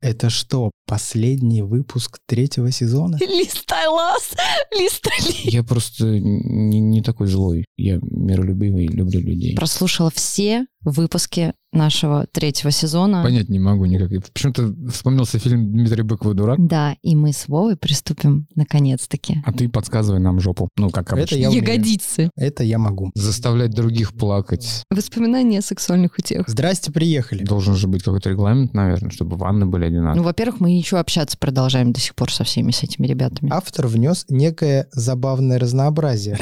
Это что, последний выпуск третьего сезона? Листай лас, листай Я просто не, не такой злой. Я миролюбивый, люблю людей. Прослушала все выпуски нашего третьего сезона. Понять не могу никак. Я Почему-то вспомнился фильм Дмитрия Быкова «Дурак». Да, и мы с Вовой приступим наконец-таки. А ты подсказывай нам жопу. Ну, как Это обычно. я умею. Ягодицы. Это я могу. Заставлять других плакать. Воспоминания о сексуальных утех. Здрасте, приехали. Должен же быть какой-то регламент, наверное, чтобы ванны были Ну, одинаковые. во-первых, мы еще общаться продолжаем до сих пор со всеми с этими ребятами. Автор внес некое забавное разнообразие.